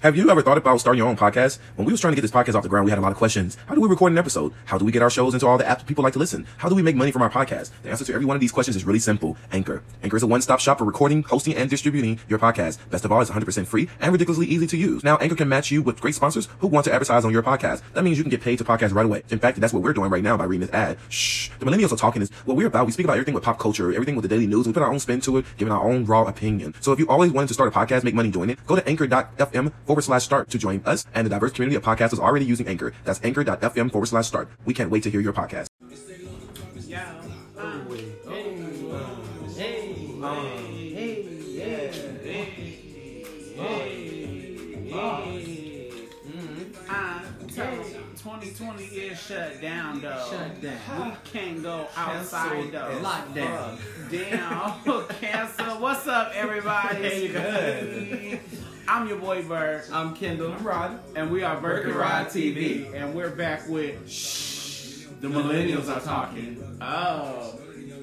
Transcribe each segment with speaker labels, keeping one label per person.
Speaker 1: Have you ever thought about starting your own podcast? When we was trying to get this podcast off the ground, we had a lot of questions. How do we record an episode? How do we get our shows into all the apps people like to listen? How do we make money from our podcast? The answer to every one of these questions is really simple. Anchor. Anchor is a one-stop shop for recording, hosting, and distributing your podcast. Best of all, it's 100% free and ridiculously easy to use. Now, Anchor can match you with great sponsors who want to advertise on your podcast. That means you can get paid to podcast right away. In fact, that's what we're doing right now by reading this ad. Shh. The millennials are talking is what we're about. We speak about everything with pop culture, everything with the daily news. We put our own spin to it, giving our own raw opinion. So if you always wanted to start a podcast, make money doing it, go to anchor.fm forward slash start to join us and the diverse community of podcasters already using Anchor. That's anchor.fm forward slash start. We can't wait to hear your podcast.
Speaker 2: Yeah. Uh, hey, uh, hey, hey, yeah, hey, hey, hey. Uh, so 2020 is shut down though.
Speaker 3: Shut down.
Speaker 2: We can't go outside
Speaker 3: Canceled as
Speaker 2: though.
Speaker 3: Lockdown.
Speaker 2: Damn. Cancel. What's up, everybody?
Speaker 3: Hey, good.
Speaker 2: I'm your boy Bird,
Speaker 3: I'm Kendall. I'm Rod.
Speaker 2: and we are Bird
Speaker 3: Bird
Speaker 2: and
Speaker 3: and
Speaker 2: Rod
Speaker 3: Rod
Speaker 2: TV,
Speaker 3: TV.
Speaker 2: and we're back with Shh. The Millennials Are Talking. Oh,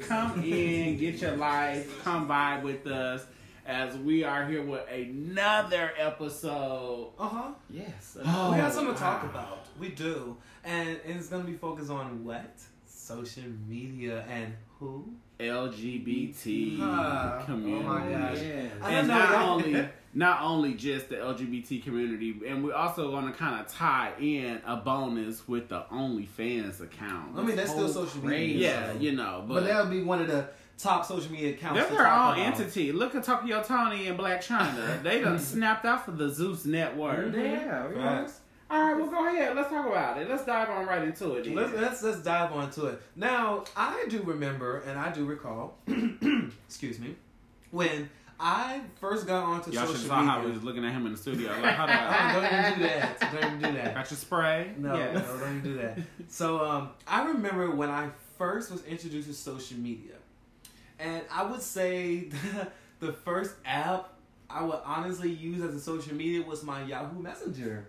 Speaker 2: come in, get your life, come by with us, as we are here with another episode.
Speaker 4: Uh huh.
Speaker 3: Yes.
Speaker 2: Oh,
Speaker 4: we got something to talk
Speaker 2: wow.
Speaker 4: about. We do, and it's gonna be focused on what social media and who.
Speaker 2: LGBT
Speaker 4: Huh.
Speaker 2: community.
Speaker 4: Oh my gosh.
Speaker 3: Yes.
Speaker 4: I
Speaker 2: and
Speaker 4: don't know
Speaker 2: not
Speaker 4: that-
Speaker 2: only not only just the LGBT community, and we're also going to kind of tie in a bonus with the OnlyFans account.
Speaker 4: I mean, that's still
Speaker 3: whole
Speaker 4: social
Speaker 3: craze.
Speaker 4: media.
Speaker 2: yeah,
Speaker 4: so-
Speaker 2: you know,
Speaker 4: But that'll be one of the top social media accounts.
Speaker 2: They're
Speaker 4: to
Speaker 2: their
Speaker 4: talk
Speaker 2: own
Speaker 4: about.
Speaker 2: entity. Look at Tokyo Tony and Black China. They done snapped off of the Zeus
Speaker 4: Mm-hmm.
Speaker 2: network.
Speaker 3: Yeah.
Speaker 4: Facts.
Speaker 2: All right, well, go ahead. Let's talk about it. Let's dive on right into it. then.
Speaker 4: Let's, let's let's dive onto it. Now, I do remember and I do recall. excuse me, when I first got onto
Speaker 2: Y'all should
Speaker 4: social
Speaker 2: saw
Speaker 4: media.
Speaker 2: how we was looking at him in the studio. Like, how do
Speaker 4: Oh,
Speaker 2: I
Speaker 4: don't even do that. Don't even do that.
Speaker 2: got your spray?
Speaker 4: No,
Speaker 2: Yes.
Speaker 4: no, don't even do that. So um, I remember when I first was introduced to social media, and I would say the first app I would honestly use as a social media was my Yahoo Messenger.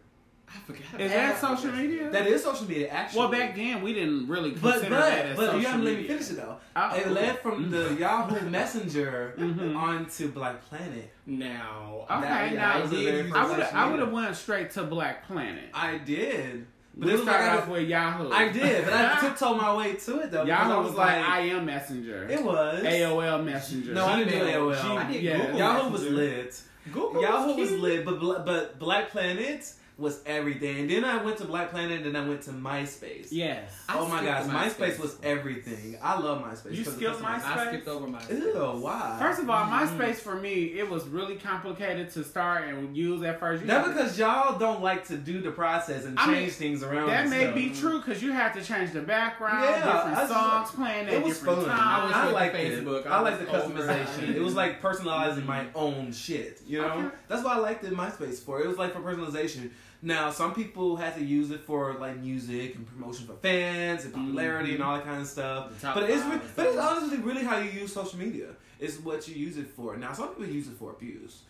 Speaker 3: I forgot.
Speaker 2: Is that social media?
Speaker 4: That is social media, actually.
Speaker 2: Well, back then we didn't really
Speaker 4: but
Speaker 2: consider
Speaker 4: but
Speaker 2: that as
Speaker 4: but
Speaker 2: social
Speaker 4: you haven't let me
Speaker 2: media.
Speaker 4: finish it though.
Speaker 2: Oh,
Speaker 4: it
Speaker 2: okay. Mm-hmm.
Speaker 4: led from the Yahoo Messenger
Speaker 2: Mhm.
Speaker 4: onto Black Planet.
Speaker 3: Now.
Speaker 2: Okay,
Speaker 4: That- yeah,
Speaker 2: now
Speaker 4: that was the very
Speaker 3: I
Speaker 4: first
Speaker 2: I would have
Speaker 4: social
Speaker 2: I
Speaker 4: media.
Speaker 2: would have went straight to Black Planet.
Speaker 4: I did, but
Speaker 2: we
Speaker 4: it was like
Speaker 2: started
Speaker 4: I,
Speaker 2: off with Yahoo.
Speaker 4: I did, but I tiptoed my way to it though. because
Speaker 2: Yahoo
Speaker 4: I
Speaker 2: was like IM Messenger,
Speaker 4: it was
Speaker 2: AOL Messenger.
Speaker 4: No, I didn't do
Speaker 3: Gmail.
Speaker 4: AOL.
Speaker 3: I did
Speaker 2: Yeah.
Speaker 3: Google.
Speaker 4: Yahoo was
Speaker 3: Messenger.
Speaker 4: lit.
Speaker 3: Google
Speaker 2: Oh,
Speaker 4: Yahoo was
Speaker 3: cute.
Speaker 4: lit, but Bla- but Black Planet was everything. And then I went to Black Planet, and then I went to MySpace.
Speaker 2: Yes.
Speaker 3: I
Speaker 4: oh my gosh,
Speaker 3: skipped
Speaker 4: MySpace.
Speaker 3: MySpace.
Speaker 4: was everything. I love MySpace.
Speaker 2: You
Speaker 4: because
Speaker 2: skipped
Speaker 4: of customers.
Speaker 3: I skipped over Oh, my.
Speaker 4: Ew, why?
Speaker 2: First of all,
Speaker 4: mm-hmm.
Speaker 3: Mhm.
Speaker 2: MySpace for me, it was really complicated to start and use at first. You
Speaker 4: that
Speaker 2: had to-
Speaker 4: because y'all don't like to do the process and
Speaker 2: I
Speaker 4: change
Speaker 2: mean,
Speaker 4: things around.
Speaker 2: that
Speaker 4: and
Speaker 2: may
Speaker 4: stuff.
Speaker 2: be true because you had to change the background,
Speaker 4: Yeah, I
Speaker 2: different
Speaker 4: just-
Speaker 2: songs playing
Speaker 4: It
Speaker 2: at
Speaker 4: was
Speaker 2: different
Speaker 4: fun.
Speaker 3: I
Speaker 2: times.
Speaker 3: was
Speaker 4: I
Speaker 3: with
Speaker 4: liked
Speaker 3: Facebook.
Speaker 4: it.
Speaker 3: I
Speaker 4: I liked the
Speaker 3: was over it. Mm-hmm.
Speaker 4: customization. It was like personalizing my own shit. You know,
Speaker 2: Okay.
Speaker 4: that's what I liked in MySpace for. It was like for personalization. Now, some people had to use it for like music and promotion for fans and popularity and all that kind of stuff.
Speaker 3: Mm-hmm. The top
Speaker 4: But it's re-
Speaker 3: five.
Speaker 4: but it's honestly really how you use social media. It's what you use it for. Now, some people use it for abuse,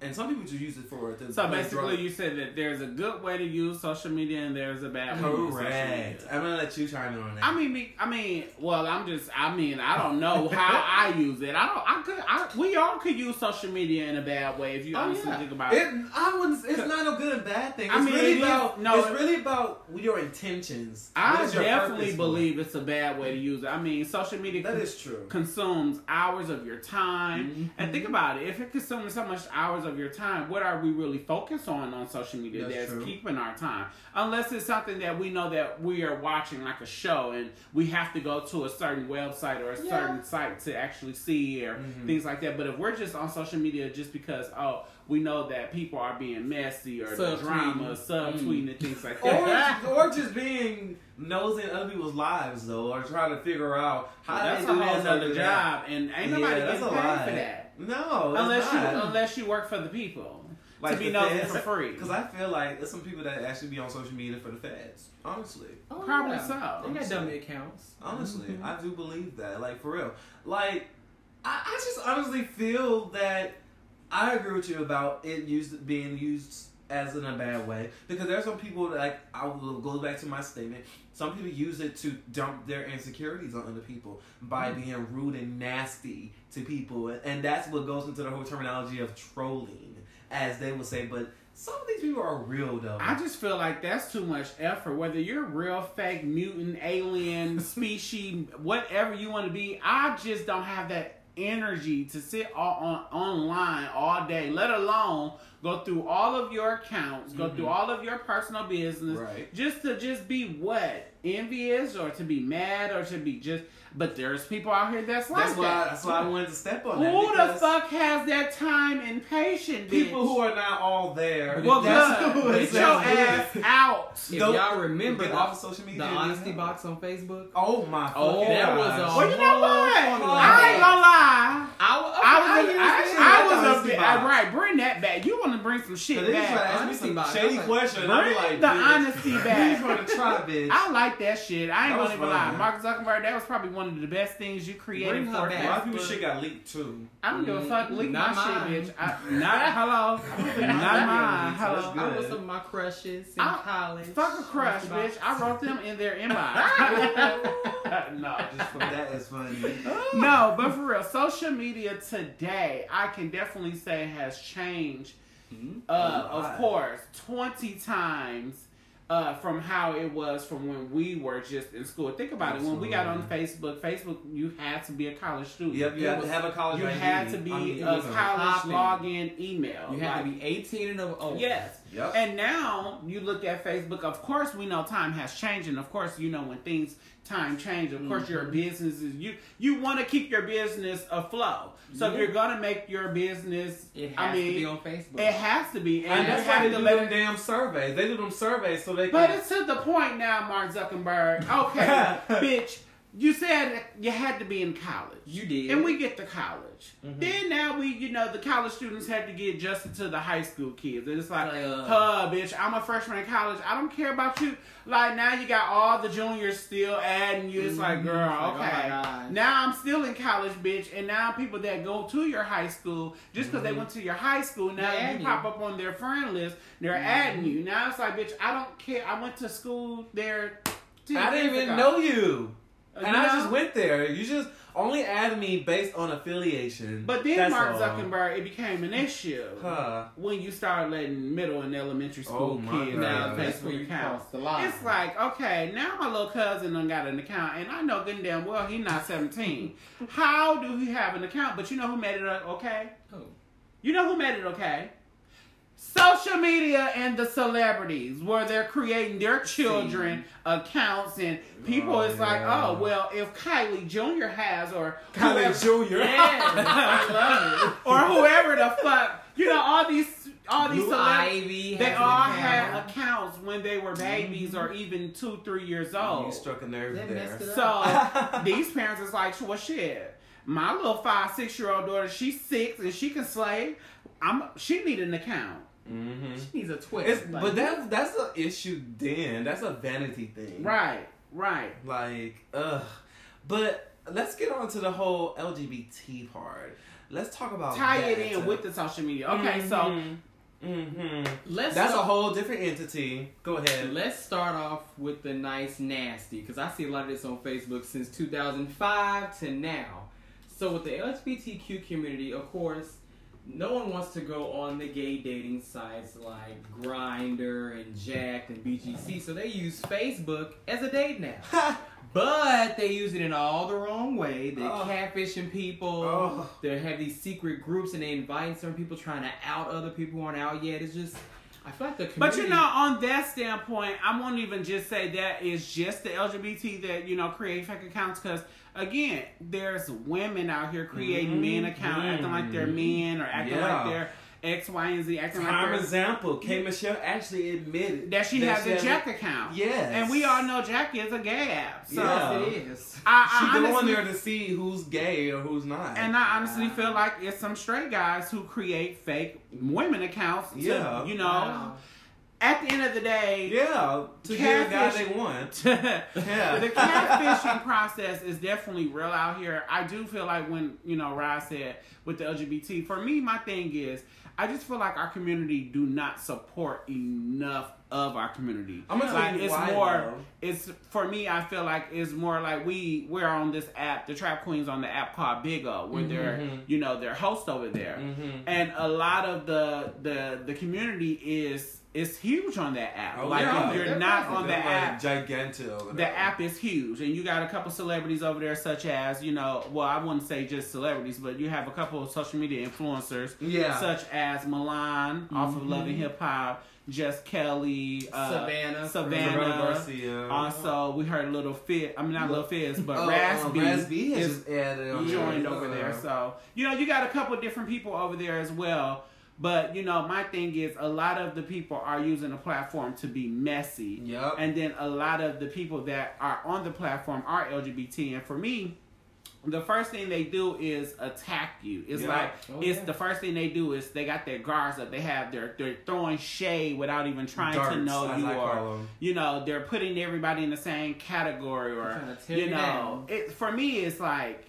Speaker 4: and some people just use it for the
Speaker 2: So
Speaker 4: like,
Speaker 2: basically,
Speaker 4: drug-
Speaker 2: you said that there's a good way to use social media and there's a bad way to use social media.
Speaker 4: correct. I'm gonna let you chime in on that.
Speaker 2: I mean, me- I mean, well, I'm just, I mean, I don't know how I use it. I don't, I could, I, we all could use social media in a bad way if you
Speaker 4: Oh,
Speaker 2: honestly
Speaker 4: yeah.
Speaker 2: think about it.
Speaker 4: It, I wouldn't. It's not a good and bad thing. It's
Speaker 2: I mean,
Speaker 4: really
Speaker 2: it is-
Speaker 4: about
Speaker 2: no,
Speaker 4: It's
Speaker 2: it-
Speaker 4: really about your intentions. What
Speaker 2: I
Speaker 4: is your
Speaker 2: definitely
Speaker 4: purpose for
Speaker 2: believe it's a bad way to use it. I mean, social
Speaker 4: it?
Speaker 2: media
Speaker 4: that
Speaker 2: con-
Speaker 4: is true.
Speaker 2: consumes hours of your time.
Speaker 4: Mm-hmm.
Speaker 2: And think about it if it consumes so much hours of your time, what are we really focused on on social media
Speaker 4: That's
Speaker 2: that's,
Speaker 4: true.
Speaker 2: keeping our time? Unless it's something that we know that we are watching, like a show, and we have to go to a certain website or a
Speaker 3: Yeah.
Speaker 2: certain site to actually see or
Speaker 4: Mhm.
Speaker 2: things like that. But if we're just on social media just because, oh, we know that people are being messy or the
Speaker 3: Subtweeting.
Speaker 2: drama, subtweeting, and things like that.
Speaker 4: Mm. Or, or just being nosing other people's lives though, or trying to figure out how
Speaker 2: Well, that's
Speaker 4: they do
Speaker 2: a
Speaker 4: this
Speaker 2: whole
Speaker 4: or
Speaker 2: other
Speaker 4: do that.
Speaker 2: job, and ain't
Speaker 4: Yeah,
Speaker 2: nobody
Speaker 4: that's
Speaker 2: getting paid
Speaker 4: a
Speaker 2: for
Speaker 4: lot.
Speaker 2: that
Speaker 4: No,
Speaker 2: unless
Speaker 4: it's
Speaker 2: you
Speaker 4: not.
Speaker 2: unless you work for the people to be known for free.
Speaker 4: Because I feel like there's some people that actually be on social media for the feds. Honestly,
Speaker 3: Oh,
Speaker 2: Probably
Speaker 3: yeah.
Speaker 2: so.
Speaker 3: They got dummy accounts.
Speaker 4: honestly,
Speaker 2: Mm-hmm.
Speaker 3: Mhm.
Speaker 4: I do believe that. Like for real, like I, I just honestly feel that I agree with you about it used being used as in a bad way because there's some people that like I will go back to my statement. Some people use it to dump their insecurities on other people by
Speaker 2: Mm-hmm.
Speaker 4: being rude and nasty to people, and that's what goes into the whole terminology of trolling, as they will say. But Some of these people are real though.
Speaker 2: I just feel like that's too much effort. Whether you're real, fake, mutant, alien, species, whatever you want to be, I just don't have that energy to sit all on online all day. Let alone go through all of your accounts, go through all of your personal business,
Speaker 4: Mm-hmm. Right.
Speaker 2: just to just be what envious or to be mad or to be just. But there's people out here that's like
Speaker 4: that's why.
Speaker 2: that.
Speaker 4: That's why I wanted to step on that.
Speaker 2: who the
Speaker 4: because
Speaker 2: fuck has that time and patience?
Speaker 4: People
Speaker 2: bitch?
Speaker 4: who are not all there.
Speaker 2: well,
Speaker 4: that's
Speaker 2: good.
Speaker 4: who
Speaker 2: Get
Speaker 4: is-
Speaker 2: your ass out.
Speaker 3: If
Speaker 4: Don't-
Speaker 3: y'all remember
Speaker 4: Get
Speaker 3: the,
Speaker 4: off of social media.
Speaker 3: the
Speaker 4: dude.
Speaker 3: honesty box on Facebook,
Speaker 4: Oh my.
Speaker 3: Oh,
Speaker 4: fucking
Speaker 3: that was
Speaker 4: gosh.
Speaker 3: a-
Speaker 2: Well, you know what?
Speaker 3: Hold
Speaker 2: I ain't
Speaker 3: on.
Speaker 2: gonna lie.
Speaker 3: I, okay,
Speaker 2: I was,
Speaker 3: I,
Speaker 2: a-
Speaker 3: understand.
Speaker 2: I,
Speaker 4: like the
Speaker 2: I was a
Speaker 4: honesty
Speaker 2: bit.
Speaker 4: box.
Speaker 2: I, right, bring that back. You want to bring some
Speaker 4: So
Speaker 2: shit
Speaker 4: they just wanna
Speaker 2: back?
Speaker 4: ask me
Speaker 3: Honesty
Speaker 4: some
Speaker 3: box.
Speaker 4: shady
Speaker 3: Okay.
Speaker 4: question. and I'm
Speaker 2: Bring
Speaker 4: like,
Speaker 2: the
Speaker 4: bitch,
Speaker 2: honesty
Speaker 4: These
Speaker 2: back.
Speaker 4: were the try, bitch.
Speaker 2: I like that shit. I ain't
Speaker 4: That was
Speaker 2: gonna even
Speaker 4: fun,
Speaker 2: lie,
Speaker 4: man.
Speaker 2: Mark Zuckerberg. That was probably one of the best things you created
Speaker 3: Bring her
Speaker 2: for
Speaker 4: A lot
Speaker 2: us.
Speaker 3: back.
Speaker 4: of people
Speaker 3: But-
Speaker 4: shit got leaked too.
Speaker 2: I don't give a fuck. Leak
Speaker 3: Not
Speaker 2: my
Speaker 3: mine.
Speaker 2: shit, bitch. I, not hello. not mine.
Speaker 4: That's
Speaker 2: Hello.
Speaker 4: good.
Speaker 3: I was some of my crushes in
Speaker 2: I-
Speaker 3: college.
Speaker 2: Fuck a crush,
Speaker 3: Honesty box.
Speaker 2: bitch. I wrote them in their inbox. no,
Speaker 4: Just from that is funny.
Speaker 2: no, but for real, social media today, I can definitely say has changed. Uh,
Speaker 4: Hmm? A lot.
Speaker 2: of course, twenty times uh, from how it was from when we were just in school. Think about it. When we got on Facebook, Facebook, you had to be a college student.
Speaker 4: Yep, you
Speaker 3: It
Speaker 4: had to
Speaker 3: was-
Speaker 4: have a college.
Speaker 2: You
Speaker 4: ID.
Speaker 2: had to be
Speaker 4: I mean, it
Speaker 2: a
Speaker 4: was
Speaker 2: college
Speaker 3: hopping.
Speaker 2: login email.
Speaker 3: You had to
Speaker 2: Like,
Speaker 3: be 18 and over. Oh,
Speaker 2: Yes.
Speaker 4: Yep.
Speaker 2: And now you look at Facebook. Of course, we know time has changed, and of course, you know when things time change. Of course,
Speaker 3: Mm-hmm.
Speaker 2: your business is you. You want to keep your business afloat. So if
Speaker 3: Yeah.
Speaker 2: you're gonna make your business,
Speaker 3: It has
Speaker 2: I mean,
Speaker 3: to be on Facebook.
Speaker 2: it has to be, and,
Speaker 4: And that's
Speaker 2: you
Speaker 4: why
Speaker 2: have
Speaker 4: they
Speaker 2: to
Speaker 4: do
Speaker 2: let
Speaker 4: them damn surveys. They do them surveys so they
Speaker 2: but
Speaker 4: can.
Speaker 2: it's to the point now, Mark Zuckerberg. Okay, bitch, you said you had to be in college.
Speaker 3: You did.
Speaker 2: And we get to college.
Speaker 4: Mm-hmm.
Speaker 2: Then now we, you know, the college students have to get adjusted to the high school kids. And it's like,
Speaker 3: Like, uh,
Speaker 2: huh, bitch, I'm a freshman in college. I don't care about you. Like, now you got all the juniors still adding you. It's like,
Speaker 4: Mm-hmm.
Speaker 3: Mhm.
Speaker 2: girl,
Speaker 3: Like, oh my
Speaker 2: okay.
Speaker 3: God.
Speaker 2: now I'm still in college, bitch. And now people that go to your high school, just because
Speaker 4: Mm-hmm.
Speaker 2: they went to your high school, now
Speaker 3: They
Speaker 2: you
Speaker 3: add you.
Speaker 2: pop up on their friend list, they're
Speaker 4: Mm-hmm.
Speaker 2: adding you. Now it's like, bitch, I don't care. I went to school there. 10
Speaker 4: I didn't
Speaker 2: years
Speaker 4: even
Speaker 2: ago.
Speaker 4: know you,
Speaker 2: Uh,
Speaker 4: and
Speaker 2: you
Speaker 4: I
Speaker 2: know?
Speaker 4: just went there. You just only add me based on affiliation.
Speaker 2: But then
Speaker 4: That's
Speaker 2: Mark
Speaker 4: all.
Speaker 2: Zuckerberg, it became an issue
Speaker 4: Huh.
Speaker 2: when you start letting middle and elementary
Speaker 4: Oh
Speaker 2: school
Speaker 4: my
Speaker 2: kids
Speaker 4: God.
Speaker 2: have
Speaker 4: That's
Speaker 2: Facebook accounts.
Speaker 3: the line.
Speaker 2: It's like, okay, now my little cousin done got an account, and I know good and damn well he's not 17. How do he have an account? But you know who made it o- okay?
Speaker 3: Oh.
Speaker 2: You know who made it okay? Social media and the celebrities, where they're creating their children accounts, and people
Speaker 4: Oh,
Speaker 2: is like,
Speaker 4: yeah.
Speaker 2: oh, well, if Kylie Jr. has, or
Speaker 4: College
Speaker 2: whoever,
Speaker 4: Junior.
Speaker 2: or whoever the fuck, you know, all these, all these
Speaker 3: Blue
Speaker 2: celebrities.
Speaker 3: Ivy.
Speaker 2: They
Speaker 3: has
Speaker 2: all
Speaker 3: an
Speaker 2: had
Speaker 3: account.
Speaker 2: accounts when they were babies or even two, three years old.
Speaker 4: You struck a nerve
Speaker 3: They
Speaker 4: there.
Speaker 3: messed it
Speaker 2: So these parents is like, well, shit. My little five, six year old daughter, she's six and she can slay. I'm. She need an account,
Speaker 4: Mm-hmm.
Speaker 3: She needs a twist.
Speaker 4: It's,
Speaker 3: like,
Speaker 4: but that's that's an issue. Then that's a vanity thing.
Speaker 2: right? Right.
Speaker 4: Like, ugh. But let's get on to the whole LGBT part. Let's talk about
Speaker 2: Tie it in with the social media. Okay, so
Speaker 4: Mm-hmm.
Speaker 3: let's
Speaker 4: That's a
Speaker 3: start-
Speaker 4: whole different entity. Go ahead.
Speaker 3: Let's start off with the nice nasty because I see a lot of this on Facebook since 2005 to now. So with the LGBTQ community, of course, no one wants to go on the gay dating sites like Grinder and Jacked and BGC. So they use Facebook as a dating app. But they use it in all the wrong way. They're
Speaker 4: Oh.
Speaker 3: catfishing people.
Speaker 4: Oh.
Speaker 3: They have these secret groups and they invite some people trying to out other people who aren't out yet. It's just, I feel like the
Speaker 2: But
Speaker 3: community.
Speaker 2: you know, on that standpoint, I won't even just say that is just the LGBT that you know create fake accounts because again, there's women out here creating men accounts, acting like they're men or acting
Speaker 4: Mm-hmm. Yeah.
Speaker 2: like they're X, Y, and Z, acting like
Speaker 4: Prime
Speaker 2: they're
Speaker 4: example: K. Michelle actually admitted
Speaker 2: that she has a
Speaker 4: had
Speaker 2: Jack account.
Speaker 4: Yes.
Speaker 2: And we all know Jack is a gay app. So
Speaker 4: Yeah.
Speaker 3: Yes, it is.
Speaker 2: I,
Speaker 4: She
Speaker 2: I
Speaker 4: go on
Speaker 2: honestly,
Speaker 4: there to see who's gay or who's not.
Speaker 2: and I honestly feel like it's some straight guys who create fake women accounts. to,
Speaker 4: Yeah.
Speaker 2: you know.
Speaker 3: Wow.
Speaker 2: at the end of the day,
Speaker 4: Yeah, to get a guy
Speaker 2: Catfish.
Speaker 4: they want.
Speaker 2: yeah. the catfishing process is definitely real out here. I do feel like when you know Rye said with the LGBT, for me, my thing is I just feel like our community do not support enough of our community.
Speaker 4: I'm gonna tell
Speaker 2: like
Speaker 4: you
Speaker 2: it's
Speaker 4: why,
Speaker 2: more.
Speaker 4: though.
Speaker 2: It's for me. I feel like it's more like we we're on this app. The Trap Queens on the app called Big O, where they're
Speaker 4: Mhm.
Speaker 2: you know their host over there
Speaker 4: Mhm.
Speaker 2: and a lot of the the the community is is huge on that app.
Speaker 4: Oh,
Speaker 2: like
Speaker 4: yeah.
Speaker 2: if you're
Speaker 3: They're
Speaker 2: not
Speaker 3: massive.
Speaker 2: on the
Speaker 4: They're,
Speaker 2: app,
Speaker 4: like gigantic. over
Speaker 2: the
Speaker 4: there.
Speaker 2: app is huge, and you got a couple celebrities over there, such as you know, well, I wouldn't say just celebrities, but you have a couple of social media influencers,
Speaker 4: Yeah. Mm-hmm.
Speaker 2: such as Milan off of Love and Hip Hop, Jess Kelly, uh,
Speaker 3: Savannah.
Speaker 4: Roberto
Speaker 2: Savannah.
Speaker 4: Garcia.
Speaker 2: Also, we heard Little Fit. I mean, not Little Fizz, but
Speaker 4: Oh, uh,
Speaker 2: Raspy
Speaker 4: Raspy
Speaker 2: is
Speaker 4: has just added on there.
Speaker 2: joined over there.
Speaker 4: Uh,
Speaker 2: So you know, you got a couple different people over there as well. But you know, my thing is a lot of the people are using the platform to be messy.
Speaker 4: Yup.
Speaker 2: And then a lot of the people that are on the platform are LGBT. And for me, the first thing they do is attack you. It's
Speaker 4: Yeah.
Speaker 2: like
Speaker 3: Oh,
Speaker 2: it's
Speaker 3: yeah.
Speaker 2: the first thing they do is they got their guards up. They have their they're throwing shade without even trying
Speaker 4: Darts,
Speaker 2: to know
Speaker 4: as
Speaker 2: you
Speaker 4: I
Speaker 2: are
Speaker 4: call 'em.
Speaker 2: you know they're putting everybody in the same category
Speaker 3: They're
Speaker 2: or
Speaker 3: trying to tear
Speaker 2: you
Speaker 3: you
Speaker 2: know
Speaker 3: down.
Speaker 2: it, for me it's like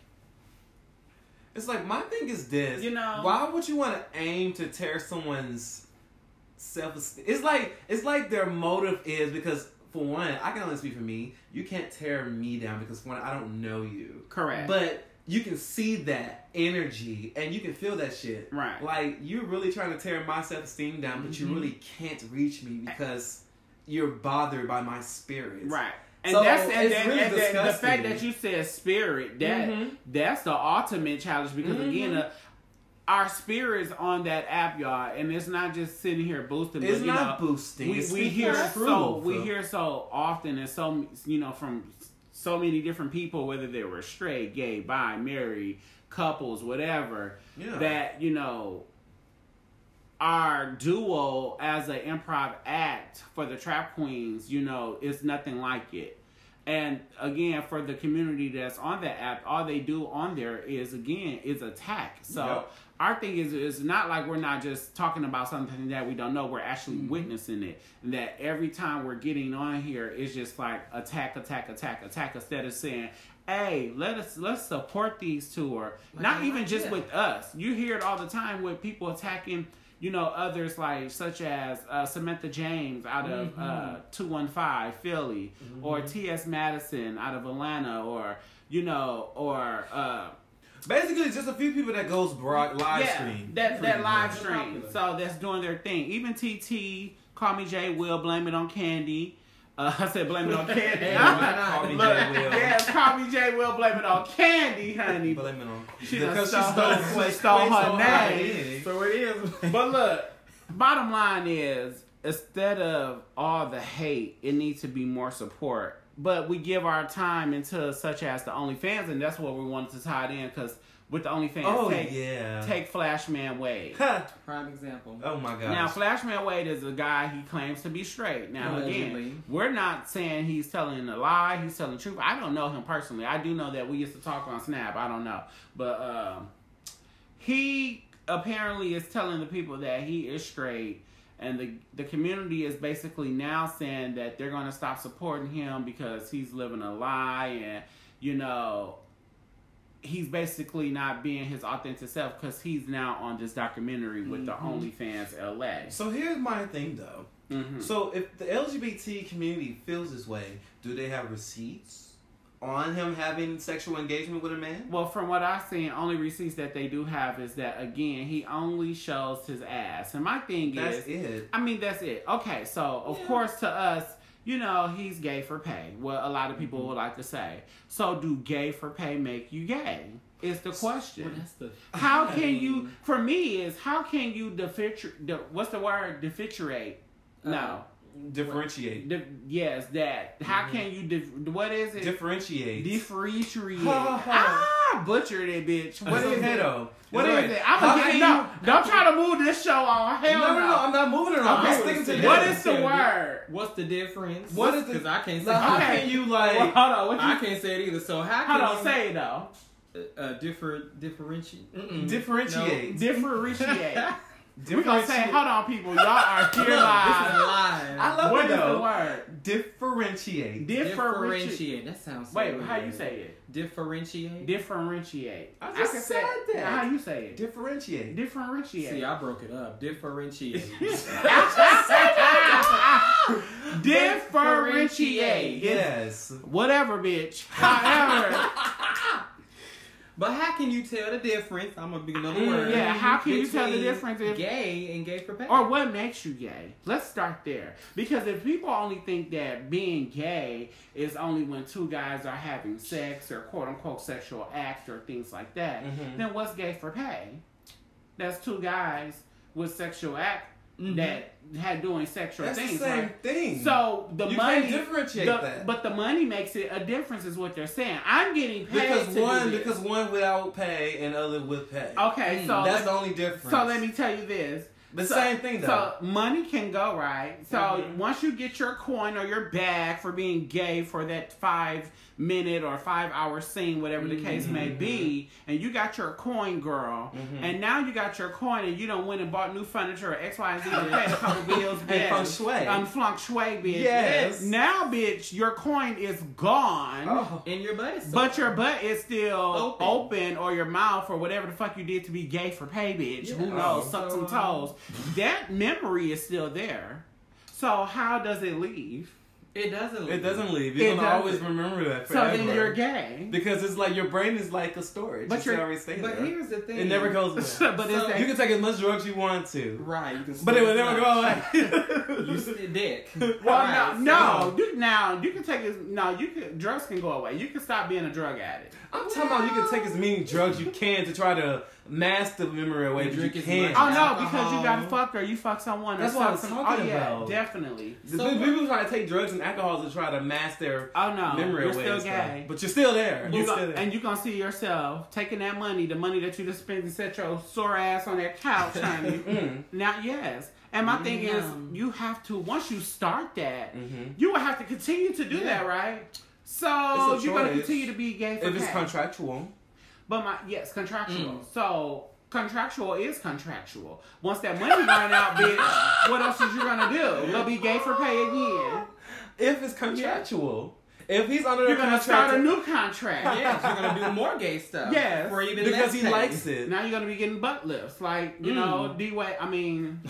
Speaker 4: It's like my thing is this.
Speaker 2: You know-
Speaker 4: why would you want to aim to tear someone's self esteem? It's like it's like their motive is because for one, I can only speak for me. You can't tear me down because for one, I don't know you.
Speaker 2: correct
Speaker 4: But you can see that energy and you can feel that shit.
Speaker 2: Right. Mm-hmm.
Speaker 4: Like you're really trying to tear my self esteem down, but you
Speaker 3: Mhm.
Speaker 4: really can't reach me because you're bothered by my spirit.
Speaker 2: right and
Speaker 4: So,
Speaker 2: that's and,
Speaker 4: it's
Speaker 2: then-
Speaker 4: really
Speaker 2: and then the
Speaker 4: disgusting.
Speaker 2: fact that you said spirit that
Speaker 4: Mhm.
Speaker 2: that's the ultimate challenge because again
Speaker 4: Mhm.
Speaker 2: uh, our spirit's on that app y'all and it's not just sitting here boosting
Speaker 4: It's
Speaker 2: but,
Speaker 4: not
Speaker 2: you know,
Speaker 4: boosting.
Speaker 2: we,
Speaker 4: it's
Speaker 2: we
Speaker 4: speaking
Speaker 2: hear
Speaker 4: truth.
Speaker 2: so we hear so often and so you know from so many different people whether they were straight gay bi married couples whatever
Speaker 4: Yeah.
Speaker 2: that you know our duo as an improv act for the trap queens you know is nothing like it and again for the community that's on that app all they do on there is again is attack so
Speaker 4: Yep.
Speaker 2: our thing is it's not like we're not just talking about something that we don't know we're actually
Speaker 4: Mm-hmm.
Speaker 2: witnessing it and that every time we're getting on here it's just like attack attack attack attack instead of saying hey let us let's support these two or not
Speaker 3: I-
Speaker 2: even just
Speaker 3: yeah.
Speaker 2: with us. You hear it all the time with people attacking, you know, others like such as uh, Samantha James out of
Speaker 4: Mm-hmm.
Speaker 2: uh, 215 Philly or T.S. Madison out of Atlanta or, you know, or uh,
Speaker 4: Basically, just a few people that goes broad live
Speaker 2: yeah,
Speaker 4: stream.
Speaker 2: that,
Speaker 4: pretty
Speaker 2: that live
Speaker 4: much.
Speaker 2: stream.
Speaker 3: Popular.
Speaker 2: So that's doing their thing. Even TT, Call Me J Will, Blame It on Candy. Uh, I said blame it on candy.
Speaker 3: Hey, why not?
Speaker 4: Call me
Speaker 2: Look,
Speaker 4: J. Will.
Speaker 2: Yes, call me J. Will, blame it on candy, honey.
Speaker 4: Blame it on
Speaker 2: She done
Speaker 4: because she
Speaker 2: stole
Speaker 4: stole,
Speaker 2: her-
Speaker 4: Quay-
Speaker 2: stole
Speaker 4: Quay
Speaker 2: her
Speaker 4: stole
Speaker 2: name.
Speaker 4: identity.
Speaker 3: So it is.
Speaker 2: but look, bottom line is instead of all the hate, it needs to be more support. But we give our time into such as the OnlyFans, and that's what we wanted to tie it in because with the OnlyFans,
Speaker 4: Oh
Speaker 2: take,
Speaker 4: yeah.
Speaker 2: take Flashman Wade.
Speaker 4: Ha.
Speaker 3: Prime example.
Speaker 4: oh my god.
Speaker 2: Now, Flashman Wade is a guy he claims to be straight. Now,
Speaker 3: Allegedly.
Speaker 2: again, we're not saying he's telling a lie, he's telling the truth. I don't know him personally. I do know that we used to talk on Snap. I don't know. But um, he apparently is telling the people that he is straight. And the, the community is basically now saying that they're going to stop supporting him because he's living a lie and, you know, he's basically not being his authentic self because he's now on this documentary with the OnlyFans LA.
Speaker 4: so here's my thing though.
Speaker 3: Mm-hmm.
Speaker 2: Mhm.
Speaker 4: So if the LGBT community feels this way, do they have receipts on him having sexual engagement with a man?
Speaker 2: Well, from what I've seen, only receipts that they do have is that again he only shows his ass, and my thing
Speaker 4: That's
Speaker 2: is,
Speaker 4: it.
Speaker 2: I mean that's it. Okay, so of course to us, you know he's gay for pay. What a lot of
Speaker 3: Mm-hmm.
Speaker 2: people would like to say. So do gay for pay make you gay? Is the
Speaker 3: Well,
Speaker 2: question.
Speaker 3: that's the.
Speaker 2: How
Speaker 3: I
Speaker 2: can
Speaker 3: mean,
Speaker 2: you? For me, is how can you defitu- de- What's the word? Defiturate?
Speaker 3: Uh-huh.
Speaker 2: No.
Speaker 4: Differentiate.
Speaker 2: De- yes, that. How
Speaker 3: Mm-hmm.
Speaker 2: can you? Def- what is it?
Speaker 4: Differentiate.
Speaker 2: Differentiate.
Speaker 4: Ha, ha,
Speaker 2: ah, butchered it, bitch. What is it?
Speaker 4: potato.
Speaker 2: What is
Speaker 4: Right.
Speaker 2: it? I'm
Speaker 4: How
Speaker 2: gonna get it.
Speaker 4: can you-
Speaker 2: No, don't try to move this show on. Hell
Speaker 4: No, no, no, I'm not moving it on.
Speaker 2: Okay.
Speaker 4: I'm sticking to this.
Speaker 2: What is the
Speaker 3: Yeah.
Speaker 2: word?
Speaker 3: What's the difference?
Speaker 4: What is the-
Speaker 3: Because I can't say.
Speaker 4: Like, how
Speaker 2: Okay.
Speaker 4: can you
Speaker 2: Well,
Speaker 4: like?
Speaker 2: hold on. What
Speaker 3: I
Speaker 2: you,
Speaker 3: can't say it either. So how
Speaker 2: hold
Speaker 3: can
Speaker 2: on.
Speaker 3: you
Speaker 2: Say it though.
Speaker 3: uh, differ differentiate?
Speaker 4: Differentiate.
Speaker 2: Differentiate. We're gonna say,
Speaker 4: Differentiate-
Speaker 2: hold on, people, y'all are
Speaker 4: Look,
Speaker 2: here
Speaker 3: This is
Speaker 2: live.
Speaker 3: live.
Speaker 4: I love
Speaker 2: What
Speaker 4: it
Speaker 2: is the
Speaker 4: though.
Speaker 2: word?
Speaker 4: Differentiate.
Speaker 2: Differentiate.
Speaker 3: differentiate. That sounds. So
Speaker 2: Wait,
Speaker 3: weird.
Speaker 2: how you say it?
Speaker 3: Differentiate.
Speaker 2: Differentiate.
Speaker 4: I just
Speaker 2: can
Speaker 4: said
Speaker 2: say it.
Speaker 4: that.
Speaker 2: Now, how you say it?
Speaker 4: Differentiate.
Speaker 2: Differentiate.
Speaker 3: See, I broke it up. Differentiate.
Speaker 2: Differentiate.
Speaker 4: Yes.
Speaker 2: Whatever, bitch. However,
Speaker 3: but how can you tell the difference? I'm gonna be another
Speaker 4: Mm,
Speaker 3: word.
Speaker 2: yeah, how can you tell the
Speaker 3: between
Speaker 2: difference if- Oh,
Speaker 3: Gay and gay for pay.
Speaker 2: or what makes you gay? Let's start there. Because if people only think that being gay is only when two guys are having sex or quote unquote sexual acts or things like that,
Speaker 4: Mhm.
Speaker 2: then what's gay for pay? That's two guys with sexual act
Speaker 3: Mhm.
Speaker 2: that had doing sexual
Speaker 4: Mm-hmm. That's the
Speaker 2: things.
Speaker 4: same
Speaker 2: right?
Speaker 4: thing.
Speaker 2: So the
Speaker 4: You
Speaker 2: money
Speaker 4: can't differentiate
Speaker 2: the-
Speaker 4: that.
Speaker 2: but the money makes it a difference, is what they're saying. I'm getting paid
Speaker 4: because
Speaker 2: to do
Speaker 4: one
Speaker 2: this.
Speaker 4: because one without pay and other with pay. Hmm.
Speaker 2: okay,
Speaker 3: Mm,
Speaker 2: so let-
Speaker 4: That's the only difference.
Speaker 2: so let me tell you this.
Speaker 4: The
Speaker 2: So-
Speaker 4: same thing though.
Speaker 2: So money can go right. So
Speaker 4: Mhm.
Speaker 2: once you get your coin or your bag for being gay for that five minute or five hour scene, whatever the case may
Speaker 4: Mm-hmm.
Speaker 2: be, and you got your coin, girl, and now you got your coin and you don't went and bought new furniture or X, Y, and Z to pay a couple bills,
Speaker 4: And
Speaker 2: bitch.
Speaker 4: feng shui.
Speaker 2: um, flunk shui, bitch.
Speaker 4: Yes.
Speaker 2: Now, bitch, your coin is gone.
Speaker 4: oh.
Speaker 3: in your butt. is
Speaker 2: But
Speaker 3: sore.
Speaker 2: your butt is still
Speaker 3: Open.
Speaker 2: open. or your mouth or whatever the fuck you did to be gay for pay, bitch. Who
Speaker 3: Yeah.
Speaker 2: knows?
Speaker 4: Oh.
Speaker 2: Suck some toes. That memory is still there. So how does it leave?
Speaker 3: it doesn't.
Speaker 4: It
Speaker 3: leave.
Speaker 4: doesn't leave. You're
Speaker 2: It
Speaker 4: gonna always
Speaker 2: doesn't.
Speaker 4: remember that
Speaker 2: So
Speaker 4: forever.
Speaker 2: then you're gay.
Speaker 4: because it's like your brain is like a storage.
Speaker 2: But
Speaker 4: it's
Speaker 2: you're-
Speaker 4: always staying
Speaker 3: But
Speaker 4: there.
Speaker 3: here's the thing.
Speaker 4: It never goes away.
Speaker 2: but
Speaker 3: So-
Speaker 2: it's that
Speaker 4: you can take as much drugs you want to,
Speaker 3: Right. You can
Speaker 4: but it
Speaker 3: still
Speaker 4: will never go
Speaker 3: touch.
Speaker 4: away.
Speaker 3: You still dick.
Speaker 2: well,
Speaker 3: Right,
Speaker 2: no,
Speaker 3: so-
Speaker 2: no. You, now you can take this. No, you can. Drugs can go away. You can stop being a drug addict.
Speaker 4: I'm talking about you can take as many drugs you can to try to mask the memory away.
Speaker 3: You
Speaker 4: But you
Speaker 3: drink as
Speaker 4: can't.
Speaker 3: much
Speaker 2: Oh
Speaker 3: Alcohol.
Speaker 2: no, because you got fucked or you fuck someone.
Speaker 4: That's
Speaker 2: or
Speaker 4: what I
Speaker 2: suck
Speaker 4: was
Speaker 2: some-
Speaker 4: talking
Speaker 2: oh, yeah,
Speaker 4: about.
Speaker 2: Definitely.
Speaker 4: The
Speaker 3: So
Speaker 4: people who try to take drugs and alcohol to try to mask their
Speaker 2: Oh no,
Speaker 4: memory
Speaker 2: you're
Speaker 4: away.
Speaker 2: still
Speaker 4: and stuff.
Speaker 2: gay.
Speaker 4: But you're still there.
Speaker 2: You
Speaker 4: You're
Speaker 2: gon-
Speaker 4: still there.
Speaker 2: and you're gonna see yourself taking that money, the money that you just spent and set your sore ass on that couch, honey.
Speaker 4: Mm-hmm.
Speaker 2: now, yes. And my thing is,
Speaker 3: Yum.
Speaker 2: you have to, once you start that,
Speaker 4: Mhm.
Speaker 2: you will have to continue to do that, right? So
Speaker 4: It's a
Speaker 2: you're gonna
Speaker 4: choice.
Speaker 2: continue to be gay for
Speaker 4: if it's Mm.
Speaker 2: pay.
Speaker 4: contractual,
Speaker 2: But my, yes, contractual. So contractual is contractual. Once that money run out, bitch, what else is you gonna do? Go be gay for pay again.
Speaker 4: if it's contractual, if he's under
Speaker 2: You're
Speaker 4: the
Speaker 2: gonna
Speaker 4: contract
Speaker 2: start a new contract.
Speaker 3: Yes, you're gonna do more gay stuff.
Speaker 2: Yes.
Speaker 3: For even
Speaker 4: because
Speaker 3: less
Speaker 4: he
Speaker 3: pay.
Speaker 4: likes it.
Speaker 2: Now you're gonna be getting butt lifts, like
Speaker 3: Mm.
Speaker 2: you know, D way. I mean,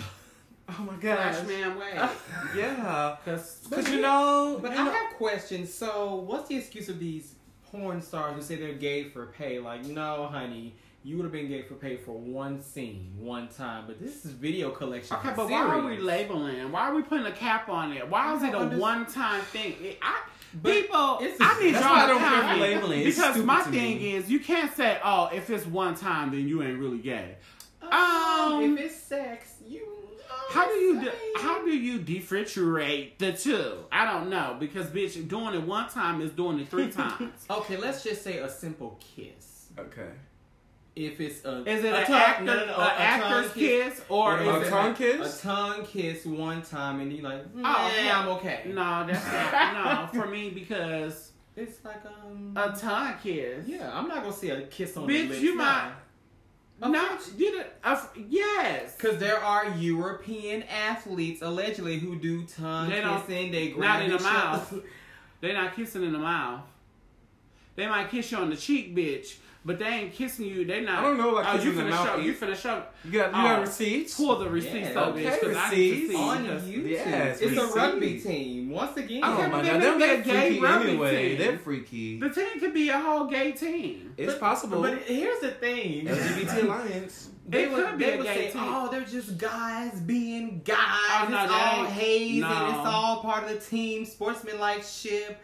Speaker 4: Oh my gosh.
Speaker 2: freshman way.
Speaker 3: Ah,
Speaker 4: Yeah.
Speaker 2: Because
Speaker 4: Cause you know,
Speaker 3: But
Speaker 4: you
Speaker 3: I
Speaker 4: know-
Speaker 3: have questions. So, what's the excuse of these porn stars who say they're gay for pay? Like, no, honey, you would have been gay for pay for one scene, one time. But this is video collection.
Speaker 2: okay,
Speaker 3: for
Speaker 2: but why are we
Speaker 3: series.
Speaker 2: labeling? Why are we putting a cap on it? Why is
Speaker 3: I
Speaker 2: it a
Speaker 3: don't understand.
Speaker 2: one-time thing? It, I,
Speaker 3: But
Speaker 2: people,
Speaker 3: it's
Speaker 2: I need y'all
Speaker 4: That's why I
Speaker 2: to
Speaker 4: don't care
Speaker 2: comment
Speaker 4: for labeling. It's
Speaker 2: because
Speaker 4: stupid
Speaker 2: my
Speaker 4: to
Speaker 2: thing
Speaker 4: me.
Speaker 2: is, you can't say, "Oh, if it's one time, then you ain't really gay." Um,
Speaker 3: Oh, if it's sex, you.
Speaker 2: How do you de- how do you differentiate the two? I don't know because bitch, doing it one time is doing it three times.
Speaker 3: Okay, let's just say a simple kiss.
Speaker 4: okay.
Speaker 3: If it's a
Speaker 2: Is it
Speaker 3: a
Speaker 2: an
Speaker 3: tongue-
Speaker 2: actor,
Speaker 3: no, no, no,
Speaker 2: a
Speaker 3: a
Speaker 2: actor's
Speaker 3: tongue kiss.
Speaker 2: kiss, or
Speaker 4: Or
Speaker 2: is
Speaker 4: a
Speaker 2: it
Speaker 4: tongue kiss?
Speaker 3: A tongue kiss one time, and you're like, oh,
Speaker 2: yeah.
Speaker 3: I'm okay.
Speaker 2: No, that's not. no, for me, because
Speaker 3: It's like um.
Speaker 2: a tongue kiss.
Speaker 3: yeah, I'm not gonna see a kiss on
Speaker 2: Bitch,
Speaker 3: the lips.
Speaker 2: you
Speaker 3: nah.
Speaker 2: might- No, you did a uh, f- yes.
Speaker 3: Because there are European athletes allegedly who do tongue
Speaker 2: They don't-
Speaker 3: kissing. They
Speaker 2: not
Speaker 3: grab
Speaker 2: in the
Speaker 3: each
Speaker 2: mouth.
Speaker 3: other.
Speaker 2: They're not kissing in the mouth. They might kiss you on the cheek, bitch, but they ain't kissing you. They not.
Speaker 4: I don't know about
Speaker 2: oh, you
Speaker 4: kissing in
Speaker 2: finna
Speaker 4: the mouth.
Speaker 2: show. You finna show.
Speaker 4: You got you
Speaker 2: Oh,
Speaker 4: got receipts.
Speaker 2: Pull the receipts,
Speaker 3: Yeah.
Speaker 2: though,
Speaker 4: Okay,
Speaker 2: bitch, because I can
Speaker 4: receipts.
Speaker 2: see.
Speaker 3: on
Speaker 2: Just-
Speaker 3: YouTube.
Speaker 4: Yes,
Speaker 3: it's
Speaker 4: we
Speaker 3: a
Speaker 4: see.
Speaker 3: rugby team once again.
Speaker 4: Oh
Speaker 2: Okay,
Speaker 4: my
Speaker 2: but
Speaker 4: god,
Speaker 2: then
Speaker 4: them
Speaker 2: they
Speaker 4: they're
Speaker 2: be a gay
Speaker 4: freaky
Speaker 2: rugby
Speaker 4: anyway.
Speaker 2: team.
Speaker 4: They're freaky.
Speaker 2: The team could be a whole gay team.
Speaker 4: It's
Speaker 3: But-
Speaker 4: possible.
Speaker 3: But here's the thing.
Speaker 4: LGBT alliance.
Speaker 3: They
Speaker 2: It
Speaker 3: would,
Speaker 2: could be
Speaker 3: they
Speaker 2: a
Speaker 3: would
Speaker 2: gay
Speaker 3: say,
Speaker 2: team.
Speaker 3: oh, they're just guys being guys.
Speaker 2: Oh, no,
Speaker 3: it's
Speaker 2: they
Speaker 3: all
Speaker 2: ain't-
Speaker 3: hazing.
Speaker 2: no.
Speaker 3: It's all part of the team, sportsmanlike ship.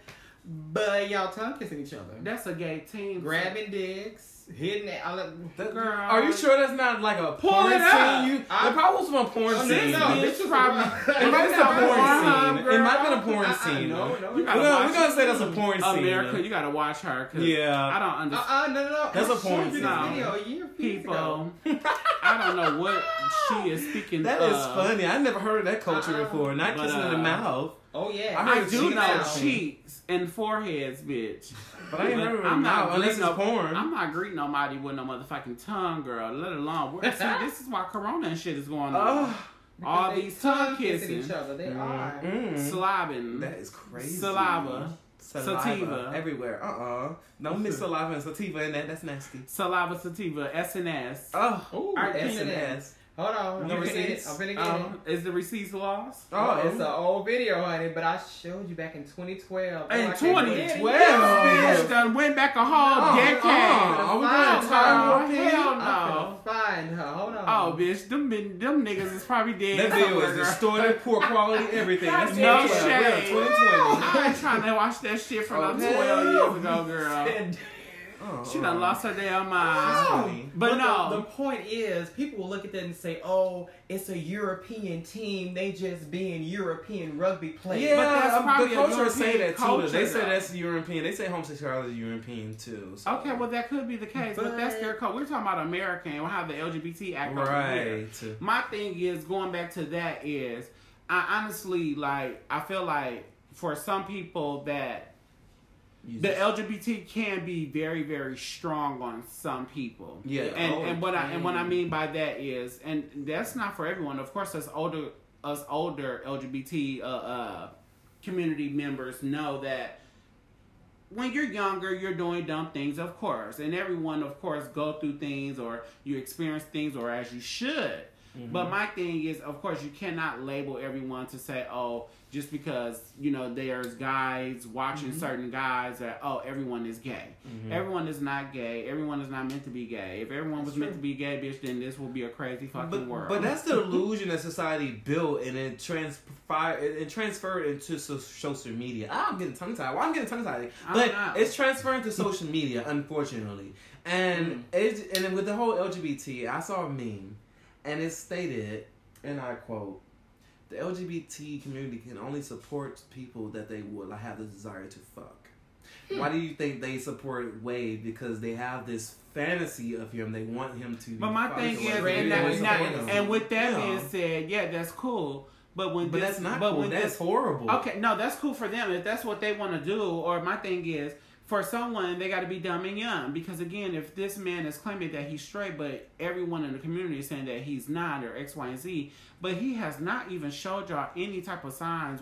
Speaker 3: But y'all tongue kissing each other.
Speaker 2: That's a gay team.
Speaker 3: grabbing dicks, hitting it. I let,
Speaker 4: That-
Speaker 2: Girl.
Speaker 4: Are you sure that's not like a porn
Speaker 2: it up.
Speaker 4: scene? You,
Speaker 3: I-
Speaker 4: it probably was from a porn
Speaker 3: Oh, no,
Speaker 4: scene.
Speaker 3: no,
Speaker 2: This
Speaker 3: bitch was
Speaker 2: probably-
Speaker 3: a-
Speaker 2: If it's a
Speaker 4: porn
Speaker 2: Pornhub
Speaker 4: scene,
Speaker 2: girl.
Speaker 4: It might have been a porn
Speaker 3: I- I
Speaker 4: scene.
Speaker 3: know,
Speaker 4: though.
Speaker 3: Uh-uh, no,
Speaker 4: we're,
Speaker 3: you
Speaker 2: gotta
Speaker 4: gonna,
Speaker 2: watch
Speaker 4: we're gonna
Speaker 2: it.
Speaker 4: say that's a porn scene.
Speaker 2: America,
Speaker 4: though.
Speaker 2: you gotta watch her. 'cause
Speaker 4: Yeah.
Speaker 2: I don't understand.
Speaker 3: Uh uh, no, no, no.
Speaker 4: That's a
Speaker 3: She
Speaker 4: porn
Speaker 3: did this
Speaker 2: scene.
Speaker 3: video a year, years ago.
Speaker 2: People, I don't know what she is speaking.
Speaker 4: That
Speaker 2: of.
Speaker 4: is funny. I never heard of that culture
Speaker 3: Uh-uh.
Speaker 4: before. Not
Speaker 2: Uh. But,
Speaker 4: kissing in the
Speaker 2: uh,
Speaker 4: mouth.
Speaker 3: Oh yeah.
Speaker 4: I
Speaker 2: I
Speaker 4: heard
Speaker 2: do
Speaker 4: cheeks
Speaker 2: know
Speaker 4: out.
Speaker 2: cheeks and foreheads, bitch.
Speaker 4: But I ain't
Speaker 2: But
Speaker 4: heard of
Speaker 2: I'm
Speaker 4: I'm
Speaker 2: not
Speaker 4: not unless it's
Speaker 2: greeting
Speaker 4: porn.
Speaker 2: I'm not greeting nobody with no motherfucking tongue, girl. Let alone work. See, this is why Corona and shit is going on.
Speaker 4: oh,
Speaker 2: All
Speaker 3: They
Speaker 2: these tongue
Speaker 3: kissing
Speaker 2: kissing,
Speaker 3: each other. They
Speaker 4: Mm-hmm.
Speaker 3: are.
Speaker 4: mm.
Speaker 2: slobbing.
Speaker 4: that is crazy.
Speaker 2: Saliva.
Speaker 4: Saliva.
Speaker 2: Sativa.
Speaker 4: Everywhere. Uh uh. Don't mix saliva and sativa in that. That's nasty.
Speaker 2: saliva sativa S and S.
Speaker 4: Oh.
Speaker 3: Ooh,
Speaker 2: Our
Speaker 3: S
Speaker 4: It's
Speaker 3: and
Speaker 4: an
Speaker 3: S.
Speaker 4: ass.
Speaker 3: Hold on.
Speaker 4: You
Speaker 3: I'm finna
Speaker 4: can-
Speaker 3: get it. I'm finna get it.
Speaker 2: Um, is the receipts lost?
Speaker 4: Oh,
Speaker 3: it's an old video, honey, but I showed you back in 2012. Oh, I
Speaker 2: In
Speaker 3: can't believe it.
Speaker 2: 2012,
Speaker 4: Yes,
Speaker 2: bitch, done went back a whole
Speaker 4: Oh,
Speaker 2: decade.
Speaker 4: uh-uh. Are we
Speaker 3: Wow,
Speaker 4: going to time
Speaker 2: wow.
Speaker 4: warp
Speaker 2: Hell
Speaker 4: here?
Speaker 2: no.
Speaker 3: I'm finna find her. Hold on.
Speaker 2: Oh, bitch, them men- them niggas is probably dead.
Speaker 4: That video
Speaker 2: somewhere,
Speaker 4: is
Speaker 2: girl.
Speaker 4: distorted, poor quality, everything. That's
Speaker 2: No
Speaker 4: 2012.
Speaker 2: shade.
Speaker 4: We are 2020.
Speaker 2: I ain't trying to watch that shit from about
Speaker 4: Okay.
Speaker 2: 12 years ago, girl.
Speaker 3: And-
Speaker 4: Oh,
Speaker 2: She done lost her damn
Speaker 4: That's
Speaker 2: mind.
Speaker 4: funny.
Speaker 2: Oh. But
Speaker 3: the, the
Speaker 2: no,
Speaker 3: point is, people will look at that and say, "Oh, it's a European team. They just being European rugby players."
Speaker 4: Yeah,
Speaker 2: But that's
Speaker 4: um,
Speaker 2: probably
Speaker 4: the
Speaker 2: a
Speaker 4: culture say
Speaker 2: European
Speaker 4: that too.
Speaker 2: culture,
Speaker 4: they say
Speaker 2: though.
Speaker 4: that's European. They say homosexuality is European too. so-
Speaker 2: okay, well that could be the case, but, that's their code. We're talking about American and how the LGBT act over here.
Speaker 4: right.
Speaker 2: My thing is going back to that is I honestly like I feel like for some people that
Speaker 4: You
Speaker 2: the
Speaker 4: just-
Speaker 2: LGBT can be very very strong on some people.
Speaker 4: yeah,
Speaker 2: and
Speaker 4: oh,
Speaker 2: and what I and what I
Speaker 4: mm.
Speaker 2: mean by that is, and that's not for everyone. Of course, us older us older LGBT uh, uh, community members know that when you're younger, you're doing dumb things, of course, and everyone, of course, go through things or you experience things, or as you should.
Speaker 4: Mm-hmm.
Speaker 2: But my thing is, of course, you cannot label everyone to say, oh, just because you know there's guys watching
Speaker 4: Mm-hmm.
Speaker 2: certain guys that oh everyone is gay. Everyone is not gay. Everyone is not meant to be gay. If everyone was
Speaker 3: That's
Speaker 2: meant
Speaker 3: true.
Speaker 2: to be gay, bitch, then this would be a crazy fucking
Speaker 4: But,
Speaker 2: world.
Speaker 4: but that's the illusion that society built and it transpired and transferred into so- social media. Ah, I'm getting tongue tied. Well, I'm getting tongue tied,
Speaker 2: I'm
Speaker 4: but
Speaker 2: not.
Speaker 4: it's transferring to social media, unfortunately.
Speaker 2: Hmm.
Speaker 4: And it and with the whole LGBT, I saw a meme, and it stated, and I quote. The LGBT community can only support people that they would like, have the desire to fuck. Why do you think they support Wade? Because they have this fantasy of him. They want him to. be
Speaker 2: But my
Speaker 4: fucked
Speaker 2: thing
Speaker 4: or
Speaker 2: is,
Speaker 4: whatever.
Speaker 2: and,
Speaker 4: They
Speaker 2: that-
Speaker 4: want
Speaker 2: and,
Speaker 4: to
Speaker 2: that-
Speaker 4: support him.
Speaker 2: and with that
Speaker 4: Yeah.
Speaker 2: being said, yeah, that's cool. But when
Speaker 4: But
Speaker 2: this,
Speaker 4: that's not
Speaker 2: but
Speaker 4: cool.
Speaker 2: when
Speaker 4: That's
Speaker 2: this-
Speaker 4: horrible.
Speaker 2: Okay, no, that's cool for them if that's what they want to do. Or my thing is, for someone they got to be dumb and young because again, if this man is claiming that he's straight, but everyone in the community is saying that he's not or X, Y, and Z, but he has not even showed y'all any type of signs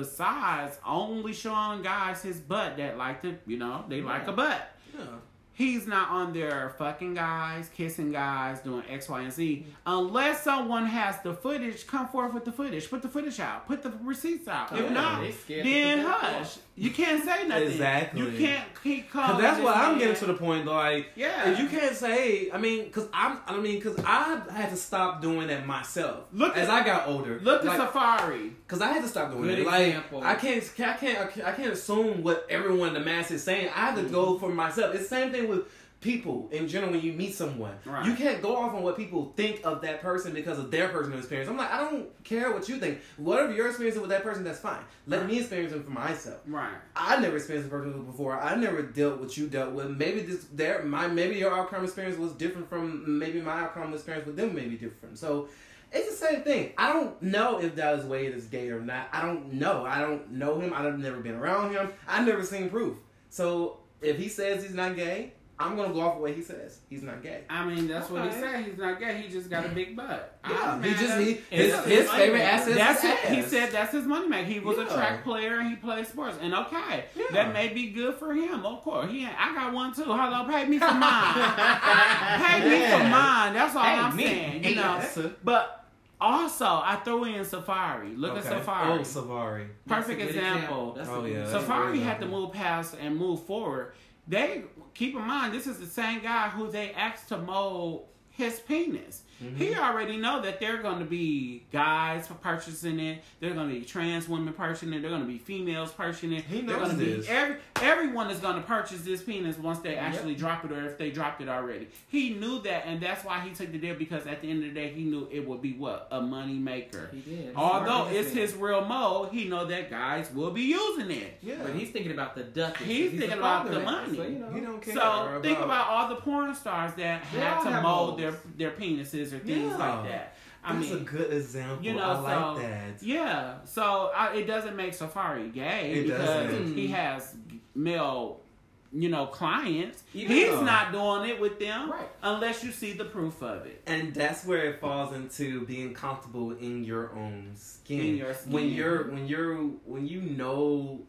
Speaker 2: besides only showing guys his butt that like to, you know, they like a butt.
Speaker 4: Yeah.
Speaker 2: He's not on there fucking guys, kissing guys, doing X, Y, and Z. Unless someone has the footage, come forth with the footage. Put the footage out. Put the receipts out. If
Speaker 4: Yeah,
Speaker 2: not,
Speaker 3: they scared to
Speaker 2: then
Speaker 3: put that out.
Speaker 2: hush. You can't say nothing.
Speaker 4: Exactly.
Speaker 2: You can't keep calling.
Speaker 4: 'Cause
Speaker 2: Oh,
Speaker 4: that's
Speaker 2: this
Speaker 4: what I'm
Speaker 2: man-
Speaker 4: getting to the point. Like,
Speaker 2: Yeah.
Speaker 4: and you can't say. I mean, cause I'm. I mean, cause I had to stop doing that myself.
Speaker 2: Look
Speaker 4: as
Speaker 2: at-
Speaker 4: I got older.
Speaker 2: Look
Speaker 4: like,
Speaker 2: at Safari.
Speaker 4: Cause I had to stop doing
Speaker 3: Good
Speaker 4: it. Like
Speaker 3: example.
Speaker 4: I can't, I can't, I can't assume what everyone in the mass is saying. I have to go for myself. It's the same thing with people in general. When you meet someone,
Speaker 2: Right.
Speaker 4: you can't go off on what people think of that person because of their personal experience. I'm like, I don't care what you think. Whatever your experience is with that person, that's fine. Let me experience it for myself.
Speaker 2: Right.
Speaker 4: I never experienced a person before. I never dealt what you dealt with. Maybe this their my maybe your outcome experience was different from maybe my outcome experience with them may be different. So it's the same thing. I don't know if Dallas Wade is gay or not. I don't know. I don't know him. I've never been around him. I've never seen proof. So if he says he's not gay, I'm gonna go off the way he says he's not gay.
Speaker 2: I mean, that's what he
Speaker 3: Okay.
Speaker 2: said. He's not gay. He just got a big butt.
Speaker 4: Yeah,
Speaker 2: I'm
Speaker 4: he
Speaker 2: mad
Speaker 4: just
Speaker 2: at-
Speaker 4: he, his,
Speaker 3: It's-
Speaker 4: his
Speaker 3: it's
Speaker 4: favorite
Speaker 3: like-
Speaker 4: asset.
Speaker 2: That's
Speaker 4: is
Speaker 2: it. He
Speaker 4: ass.
Speaker 2: said that's his money maker. He was a
Speaker 4: Yeah.
Speaker 2: track player and he played sports. And okay,
Speaker 4: Yeah.
Speaker 2: that may be good for him. Of course, he. Ain't, I got one too. Hello, pay me for mine. pay me for
Speaker 4: Yeah.
Speaker 2: mine. That's all
Speaker 3: Pay
Speaker 2: I'm
Speaker 3: me.
Speaker 2: saying. You know.
Speaker 4: Yes.
Speaker 2: But also, I threw in Safari. Look
Speaker 4: Okay.
Speaker 2: at Safari.
Speaker 4: Oh, Safari.
Speaker 3: That's a
Speaker 2: Perfect
Speaker 3: good
Speaker 2: example.
Speaker 3: That's
Speaker 4: Oh,
Speaker 3: a good
Speaker 4: yeah.
Speaker 3: example.
Speaker 2: Safari
Speaker 4: really
Speaker 2: had to
Speaker 4: happened.
Speaker 2: move past and move forward. They keep in mind this is the same guy who they asked to mold his penis.
Speaker 4: Mm-hmm.
Speaker 2: He already know that there are going to be guys purchasing it. They're going to be trans women purchasing it. They're going to be females purchasing it.
Speaker 4: He
Speaker 2: They're
Speaker 4: knows
Speaker 2: gonna be-
Speaker 4: this.
Speaker 2: every, everyone is going to purchase this penis once they actually drop it or if they dropped it already. He knew that, and that's why he took the deal because at the end of the day, he knew it would be what a money maker.
Speaker 3: He did.
Speaker 2: Although
Speaker 3: Smart
Speaker 2: it's
Speaker 3: businessman.
Speaker 2: his real mode, he know that guys will be using it.
Speaker 4: Yeah.
Speaker 3: But he's thinking about the ducats.
Speaker 2: He's
Speaker 3: 'cause a
Speaker 2: thinking about
Speaker 3: father
Speaker 2: the
Speaker 3: now,
Speaker 2: money.
Speaker 3: So, you know.
Speaker 4: he don't care.
Speaker 2: So think about all the porn stars that
Speaker 3: They
Speaker 2: had
Speaker 3: all
Speaker 2: to
Speaker 3: have
Speaker 2: mold their,
Speaker 3: moles.
Speaker 2: their penises or things
Speaker 4: Yeah.
Speaker 2: like that. I
Speaker 4: That's
Speaker 2: mean,
Speaker 4: a good example.
Speaker 2: you know,
Speaker 4: I like
Speaker 2: so
Speaker 4: that.
Speaker 2: yeah. So I, it doesn't make Safari gay
Speaker 4: It
Speaker 2: because
Speaker 4: doesn't.
Speaker 2: he has male, you know, clients.
Speaker 3: Even
Speaker 2: He's
Speaker 4: though-
Speaker 2: not doing it with them
Speaker 3: Right.
Speaker 2: unless you see the proof of it.
Speaker 4: And that's where it falls into being comfortable in your own skin.
Speaker 2: In your skin.
Speaker 4: When you're when you're when you know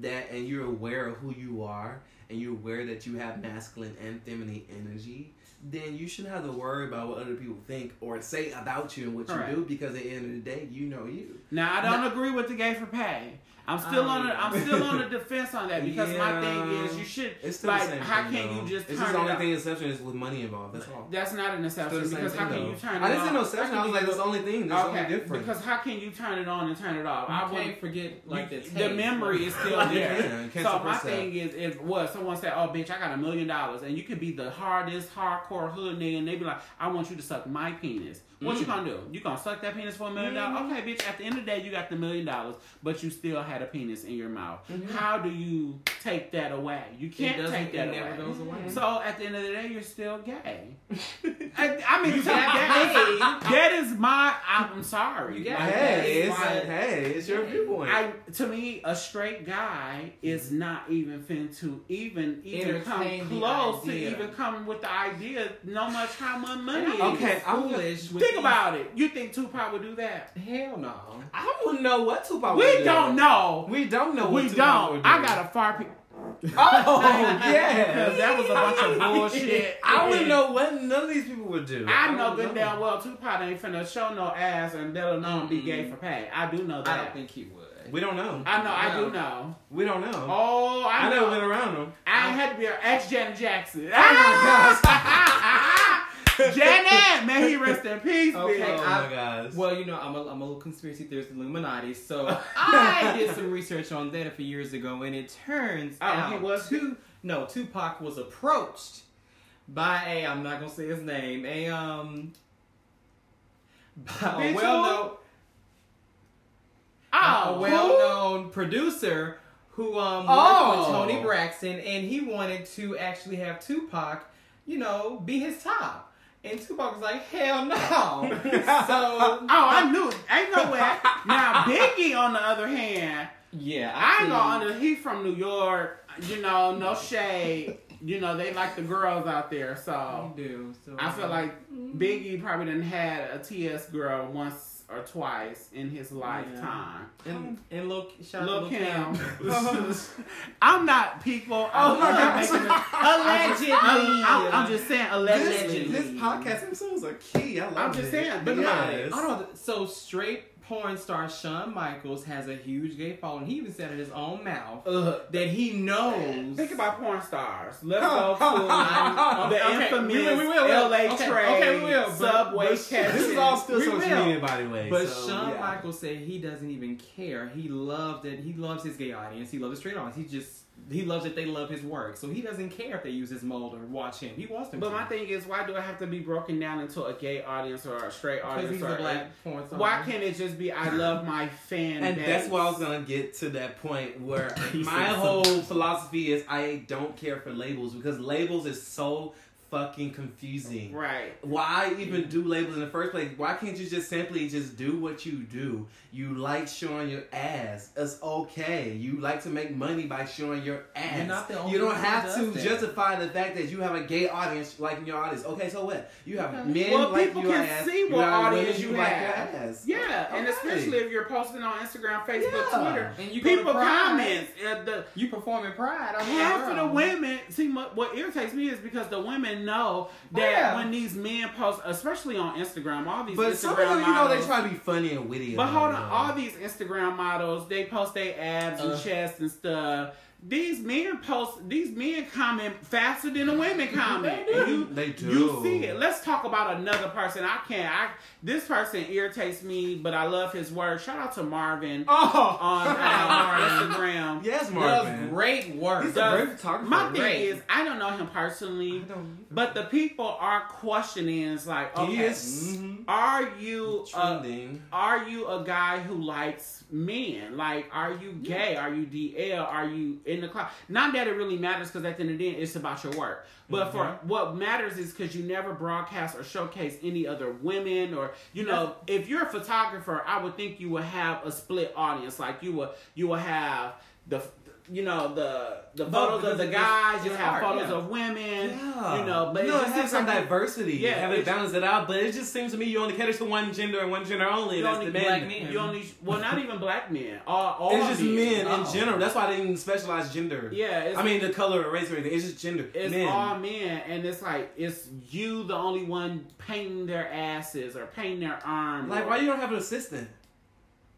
Speaker 4: that and you're aware of who you are and you're aware that you have masculine and feminine energy, then you shouldn't have to worry about what other people think or say about you and what
Speaker 2: Correct.
Speaker 4: you do because at the end of the day you know you.
Speaker 2: Now I don't agree with the gay for pay. I'm still
Speaker 3: Um,
Speaker 2: on. A, I'm still on the defense on that because my thing
Speaker 4: Yeah.
Speaker 2: is you should
Speaker 4: It's still
Speaker 2: like
Speaker 4: the same
Speaker 2: how
Speaker 4: thing,
Speaker 2: can
Speaker 4: though.
Speaker 2: you just turn
Speaker 4: It's just the
Speaker 2: it
Speaker 4: only
Speaker 2: up?
Speaker 4: thing exception is with money involved, that's all.
Speaker 2: That's not an
Speaker 4: Still
Speaker 2: exception
Speaker 4: the same
Speaker 2: because how
Speaker 4: thing,
Speaker 2: can
Speaker 4: though.
Speaker 2: you turn it
Speaker 4: I didn't say no
Speaker 2: off?
Speaker 4: exception,
Speaker 2: How
Speaker 4: I
Speaker 2: can
Speaker 4: was like,
Speaker 2: you-
Speaker 4: it's the only thing, that's
Speaker 2: Okay,
Speaker 4: only different.
Speaker 2: because how can you turn it on and turn it off?
Speaker 3: I
Speaker 2: I would.
Speaker 3: can't forget like the,
Speaker 2: you- the
Speaker 3: taste.
Speaker 2: memory is still
Speaker 4: Like,
Speaker 2: there.
Speaker 4: yeah, you can't
Speaker 2: so my
Speaker 4: suppress that.
Speaker 2: thing is, if what someone said, "Oh, bitch, I got a million dollars," and you could be the hardest hardcore hood nigga, and they be like, "I want you to suck my penis." What
Speaker 3: Mm.
Speaker 2: you gonna do? You gonna suck that penis for a 1000000
Speaker 3: Mm-hmm.
Speaker 2: dollars? Okay, bitch. At the end of the day, you got the million dollars, but you still had a penis in your mouth. How do you take that away? You
Speaker 3: Mm-hmm. It
Speaker 2: can't
Speaker 3: doesn't.
Speaker 2: take
Speaker 3: It
Speaker 2: that
Speaker 3: never
Speaker 2: away.
Speaker 3: goes away.
Speaker 2: So at the end of the day, you're still gay. I, I mean, so that,
Speaker 3: got
Speaker 2: is, that is my. I'm sorry.
Speaker 3: You got
Speaker 2: Like, that
Speaker 4: Hey,
Speaker 2: is
Speaker 4: it's
Speaker 2: my-
Speaker 4: hey, it's your viewpoint.
Speaker 2: I to me, a straight guy is
Speaker 4: Mm-hmm.
Speaker 2: not even fin to even even come
Speaker 3: Entertain the
Speaker 2: close to
Speaker 3: idea.
Speaker 2: even come with the idea. No much how much money.
Speaker 3: And I
Speaker 2: is.
Speaker 3: think
Speaker 4: Okay,
Speaker 3: it's
Speaker 4: I'm gonna-
Speaker 3: foolish. with
Speaker 2: think
Speaker 3: these-
Speaker 2: about it. You think Tupac would do that?
Speaker 3: Hell no.
Speaker 4: I wouldn't know what Tupac
Speaker 2: We
Speaker 4: would do.
Speaker 2: don't know.
Speaker 4: We don't know
Speaker 2: We
Speaker 4: what Tupac
Speaker 2: don't.
Speaker 4: would do.
Speaker 2: I got a far. Pe-
Speaker 4: Oh,
Speaker 2: because
Speaker 4: yeah.
Speaker 2: that was a bunch of bullshit.
Speaker 4: I wouldn't know what none of these people would do.
Speaker 2: I know
Speaker 4: wouldn't
Speaker 2: good damn well Tupac ain't finna show no ass and let alone be
Speaker 4: Mm-hmm.
Speaker 2: gay for pay. I do know
Speaker 3: I
Speaker 2: that.
Speaker 3: don't think he would.
Speaker 4: We don't know.
Speaker 2: I know. I do
Speaker 3: No.
Speaker 2: know.
Speaker 4: We don't know.
Speaker 2: Oh, I,
Speaker 4: I
Speaker 2: know.
Speaker 4: never been around them.
Speaker 2: I had to be her ex Janet Jackson. Ah!
Speaker 4: Oh
Speaker 2: Janet, may he rest in peace.
Speaker 3: Okay, Uh,
Speaker 2: bitch.
Speaker 4: oh
Speaker 3: I-
Speaker 4: my gosh.
Speaker 3: Well, you know, I'm a, I'm a little conspiracy theorist Illuminati, so I did some research on that a few years ago, and it turns
Speaker 2: Oh,
Speaker 3: out
Speaker 2: he was-
Speaker 3: Tu- no Tupac was approached by a I'm not gonna say his name a um by
Speaker 2: Bitch,
Speaker 3: a
Speaker 2: who?
Speaker 3: well known
Speaker 2: Oh,
Speaker 3: a
Speaker 2: who?
Speaker 3: well-known producer who um, worked
Speaker 4: Oh.
Speaker 3: with Tony Braxton, and he wanted to actually have Tupac, you know, be his top. And Tupac was like, "Hell no!" so
Speaker 2: Oh, I knew. it. Ain't no way. now Biggie, on the other hand,
Speaker 3: yeah,
Speaker 2: I
Speaker 3: see.
Speaker 2: know under he from New York. You know, no shade. You know, they like the girls out there.
Speaker 3: I
Speaker 2: So
Speaker 3: do. So um,
Speaker 2: I feel like Biggie probably done had a TS girl once or twice in his lifetime.
Speaker 3: and and Lil shout out
Speaker 2: Lil
Speaker 3: to um, Lil Kim.
Speaker 2: Kim. I'm not people. I'm
Speaker 4: my
Speaker 2: not
Speaker 4: God.
Speaker 2: making it-
Speaker 3: Oh, Allegedly,
Speaker 2: I'm, I'm- I'm just saying
Speaker 4: this,
Speaker 2: allegedly.
Speaker 4: this podcast episodes are key. I love
Speaker 2: I'm just
Speaker 4: it.
Speaker 2: saying,
Speaker 3: But
Speaker 2: Yeah,
Speaker 3: no, I don't. know. So straight porn star Shawn Michaels has a huge gay following. He even said in his own mouth that he knows.
Speaker 2: Think about porn stars. Let's
Speaker 3: Oh,
Speaker 2: go to the
Speaker 3: Okay,
Speaker 2: infamous
Speaker 3: we will, we will, we will.
Speaker 2: LA
Speaker 3: Okay,
Speaker 2: train,
Speaker 3: okay, we will, but-
Speaker 2: subway
Speaker 3: but
Speaker 2: catch.
Speaker 3: sh-
Speaker 4: This is all still
Speaker 3: We
Speaker 4: social
Speaker 3: will.
Speaker 4: media, by the way.
Speaker 3: But
Speaker 4: so,
Speaker 3: Shawn
Speaker 4: yeah.
Speaker 3: Michaels said he doesn't even care. He loved it. He loves his gay audience. He loves his straight audience. He just he loves that they love his work. So he doesn't care if they use his mold or watch him. He wants them.
Speaker 2: But
Speaker 3: to.
Speaker 2: my thing is, why do I have to be broken down into a gay audience or a straight
Speaker 3: because
Speaker 2: audience?
Speaker 3: he's
Speaker 2: or
Speaker 3: a black porn star.
Speaker 2: Why can't it just be I love my fan
Speaker 4: And
Speaker 2: base?
Speaker 4: that's why I was gonna get to that point where
Speaker 3: You
Speaker 4: my
Speaker 3: said
Speaker 4: whole philosophy is I don't care for labels because labels is so fucking confusing.
Speaker 2: right.
Speaker 4: Why even do labels in the first place? Why can't you just simply just do what you do? You like showing your ass. It's okay. You like to make money by showing your ass.
Speaker 3: You're not the only
Speaker 4: you don't
Speaker 3: one who
Speaker 4: have
Speaker 3: does
Speaker 4: to
Speaker 3: that.
Speaker 4: justify the fact that you have a gay audience liking your audience. Okay, so what? You have
Speaker 3: Okay.
Speaker 4: men
Speaker 2: Well,
Speaker 4: like
Speaker 2: people
Speaker 4: your
Speaker 2: can
Speaker 4: ass.
Speaker 2: see
Speaker 4: you
Speaker 2: what
Speaker 4: have women
Speaker 2: audience you
Speaker 4: like
Speaker 2: have.
Speaker 4: your ass.
Speaker 2: Yeah, and
Speaker 4: Okay.
Speaker 2: especially if you're posting on Instagram, Facebook,
Speaker 4: Yeah.
Speaker 2: Twitter,
Speaker 3: And you go to
Speaker 2: people
Speaker 3: Pride.
Speaker 2: comments. uh, the,
Speaker 3: you perform in Pride? I mean,
Speaker 2: Half of the
Speaker 3: girl.
Speaker 2: women, see, what, what irritates me is because the women
Speaker 4: Oh,
Speaker 2: know that
Speaker 3: yeah.
Speaker 2: when these men post, especially on Instagram, all these
Speaker 4: But
Speaker 2: Instagram
Speaker 4: some of them, you know,
Speaker 2: models.
Speaker 4: they try to be funny and witty.
Speaker 2: but
Speaker 4: about
Speaker 2: hold
Speaker 4: it,
Speaker 2: on,
Speaker 4: though.
Speaker 2: all these Instagram models, they post their abs and
Speaker 3: Uh.
Speaker 2: chest and stuff. These men post, these men comment faster than the women comment.
Speaker 3: They do.
Speaker 2: And you,
Speaker 4: They do.
Speaker 2: You see it. Let's talk about another person. I can't. I this person irritates me, but I love his work. Shout out to Marvin
Speaker 4: Oh,
Speaker 2: on um, Instagram.
Speaker 4: yes,
Speaker 3: Does
Speaker 4: Marvin.
Speaker 3: great work.
Speaker 4: He's
Speaker 2: Does-
Speaker 4: a great photographer.
Speaker 2: My thing
Speaker 3: Great.
Speaker 2: is, I don't know him personally, but the people are questioning. It's like, okay,
Speaker 4: He is mhm,
Speaker 2: are you a
Speaker 4: trending.
Speaker 2: are you a guy who likes men? Like, are you gay? Are you DL? Are you in the club? Not that it really matters because at the end of the day, it's about your work. But
Speaker 4: Mm-hmm.
Speaker 2: for what matters is because you never broadcast or showcase any other women or you know, if you're a photographer, I would think you would have a split audience. Like you will, you will have the. You know the the photos
Speaker 4: because
Speaker 2: of the
Speaker 4: it's-
Speaker 2: guys. You
Speaker 4: it's
Speaker 2: have
Speaker 4: art,
Speaker 2: photos
Speaker 4: yeah.
Speaker 2: of women.
Speaker 4: Yeah.
Speaker 2: You know, but
Speaker 4: no,
Speaker 2: it
Speaker 4: it
Speaker 2: just
Speaker 4: has
Speaker 2: seems
Speaker 4: some
Speaker 2: like you-
Speaker 4: diversity.
Speaker 2: Yeah,
Speaker 4: Yeah, haven't
Speaker 2: it's-
Speaker 4: balanced it out, but it just seems to me you only cater to one gender and one gender only.
Speaker 2: You
Speaker 4: That's
Speaker 2: only
Speaker 4: the men.
Speaker 3: black men.
Speaker 2: You only well, not even black men. All, all
Speaker 4: It's just
Speaker 2: men.
Speaker 4: men
Speaker 3: Oh.
Speaker 4: in general. That's why they didn't specialize gender.
Speaker 2: Yeah, it's,
Speaker 4: I mean the color or race or anything. It's just gender.
Speaker 2: it's
Speaker 4: men.
Speaker 2: all men, and it's like it's you the only one painting their asses or painting their arm.
Speaker 4: like
Speaker 2: or,
Speaker 4: why you don't have an assistant?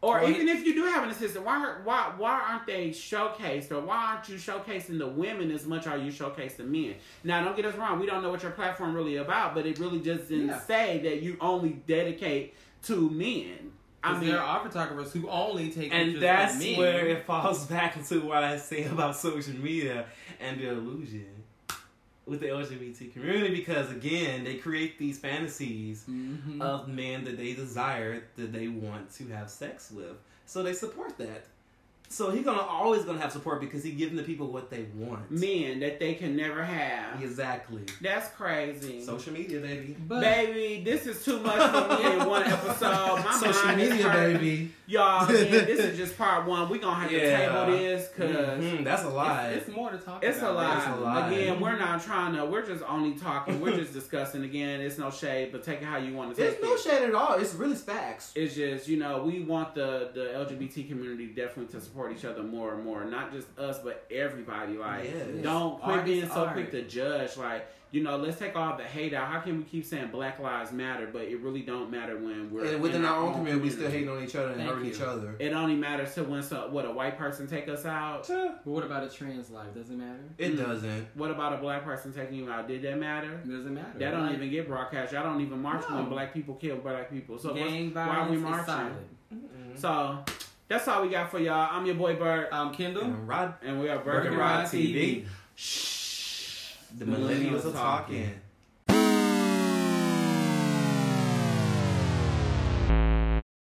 Speaker 2: or
Speaker 4: why-
Speaker 2: even if you do have an assistant, why why why aren't they showcased or why aren't you showcasing the women as much are you showcasing men? Now don't get us wrong, we don't know what your platform really about, but it really just didn't
Speaker 3: Yeah.
Speaker 2: say that you only dedicate to men. I mean,
Speaker 3: there are photographers who only take pictures
Speaker 4: And
Speaker 3: of
Speaker 4: that's
Speaker 3: men.
Speaker 4: where it falls back into what I say about social media and the illusion with the LGBT community because again they create these fantasies
Speaker 2: Mm-hmm.
Speaker 3: Mhm.
Speaker 4: of men that they desire that they want to have sex with. So they support that. So he's gonna always gonna have support because he's giving the people what they want.
Speaker 2: men that they can never have.
Speaker 4: Exactly.
Speaker 2: That's crazy.
Speaker 4: Social media, baby.
Speaker 3: but
Speaker 2: Baby, this is too much for me in one episode. My
Speaker 4: Social
Speaker 2: mind is
Speaker 4: media,
Speaker 2: hurting.
Speaker 4: baby.
Speaker 2: Y'all, man, this is just part one. We're going to have
Speaker 4: Yeah.
Speaker 2: to table this because
Speaker 4: Mhm, that's a lie.
Speaker 3: it's, it's more to talk
Speaker 2: it's, a
Speaker 3: about.
Speaker 2: lot.
Speaker 4: It's a lot.
Speaker 2: Again, we're not trying to, we're just only talking. We're just discussing. Again, it's no shade, but take it how you want to take
Speaker 4: There's no
Speaker 2: it.
Speaker 4: shade at all. It's really facts.
Speaker 2: It's just, you know, we want the, the LGBT community definitely to support each other more and more. Not just us, but everybody. Like,
Speaker 4: Yes.
Speaker 2: don't quit
Speaker 3: Art is
Speaker 2: being so
Speaker 3: art.
Speaker 2: quick to judge. Like, you know, let's take all the hate out. How can we keep saying Black Lives Matter, but it really don't matter when we're
Speaker 4: And within
Speaker 2: in
Speaker 4: our own community, we still hating on each other and
Speaker 3: Thank
Speaker 4: hurting
Speaker 3: you.
Speaker 4: each other.
Speaker 2: It only matters to when some, what a white person take us out.
Speaker 4: It
Speaker 3: But what about a trans life? Does it matter?
Speaker 2: Mm.
Speaker 4: doesn't.
Speaker 2: What about a black person taking you out? Did that matter?
Speaker 3: It doesn't matter.
Speaker 2: That don't
Speaker 3: Like,
Speaker 2: even get broadcast. Y'all don't even march
Speaker 3: No.
Speaker 2: when black people kill black people. So what's-
Speaker 3: gang
Speaker 2: why are we
Speaker 3: violence
Speaker 2: marching?
Speaker 3: is silent.
Speaker 2: So that's all we got for y'all. I'm your boy Bert,
Speaker 3: Um, Kendall.
Speaker 4: And Rod,
Speaker 2: and we are Burger
Speaker 4: Burger
Speaker 2: Rod
Speaker 4: Rod
Speaker 2: TV.
Speaker 4: TV. The millennials are talking.